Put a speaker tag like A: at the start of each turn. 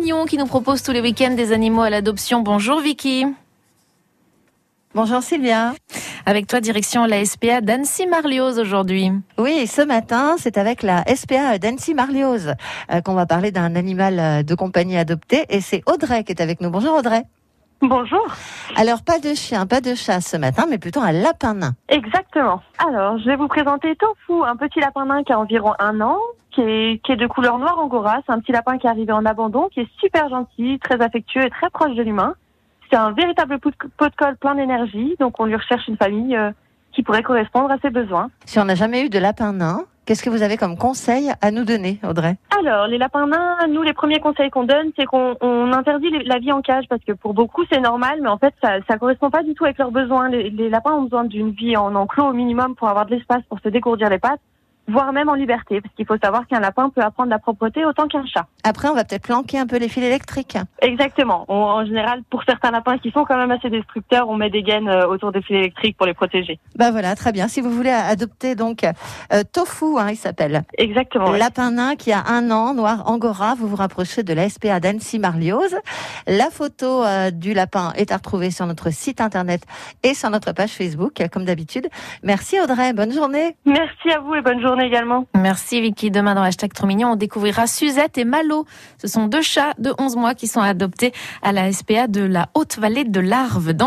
A: Mignon qui nous propose tous les week-ends des animaux à l'adoption. Bonjour Vicky.
B: Bonjour Sylvia.
A: Avec toi, direction la SPA d'Annecy Marlioz aujourd'hui.
B: Oui, ce matin, c'est avec la SPA d'Annecy Marlioz euh, qu'on va parler d'un animal euh, de compagnie adopté. Et c'est Audrey qui est avec nous. Bonjour Audrey.
C: Bonjour,
B: Alors, pas de chien, pas de chat ce matin, mais plutôt un lapin nain.
C: exactement. Alors, je vais vous présenter Tofu, un petit lapin nain qui a environ un an, qui est, qui est de couleur noire angora. C'est un petit lapin qui est arrivé en abandon, qui est super gentil, très affectueux et très proche de l'humain. C'est un véritable pot de pot de colle plein d'énergie, donc on lui recherche une famille euh, qui pourrait correspondre à ses besoins.
B: Si on n'a jamais eu de lapin nain, qu'est-ce que vous avez comme conseil à nous donner, Audrey
C: Alors, les lapins nains, nous, les premiers conseils qu'on donne, c'est qu'on on interdit les- la vie en cage parce que pour beaucoup, c'est normal, mais en fait, ça ça correspond pas du tout avec leurs besoins. Les, les lapins ont besoin d'une vie en enclos au minimum pour avoir de l'espace pour se dégourdir les pattes, voire même en liberté, parce qu'il faut savoir qu'un lapin peut apprendre la propreté autant qu'un chat.
B: Après, on va peut-être planquer un peu les fils électriques.
C: Exactement. On- en général, pour certains lapins qui sont quand même assez destructeurs, on met des gaines euh, autour des fils électriques pour les protéger.
B: Bah voilà, très bien. Si vous voulez adopter donc euh, Tofu, hein, il s'appelle,
C: Exactement. ouais.
B: lapin nain qui a un an, noir angora, vous vous rapprochez de la SPA d'Annecy Marlioz. La photo euh, du lapin est à retrouver sur notre site internet et sur notre page Facebook, euh, comme d'habitude. Merci Audrey, bonne journée.
C: Merci à vous et bonne journée également.
A: Merci Vicky. Demain dans hashtag Trop Mignon, on découvrira Suzette et Malo. Ce sont deux chats de 11 mois qui sont adoptés à la SPA de la Haute-Vallée de l'Arve. Dans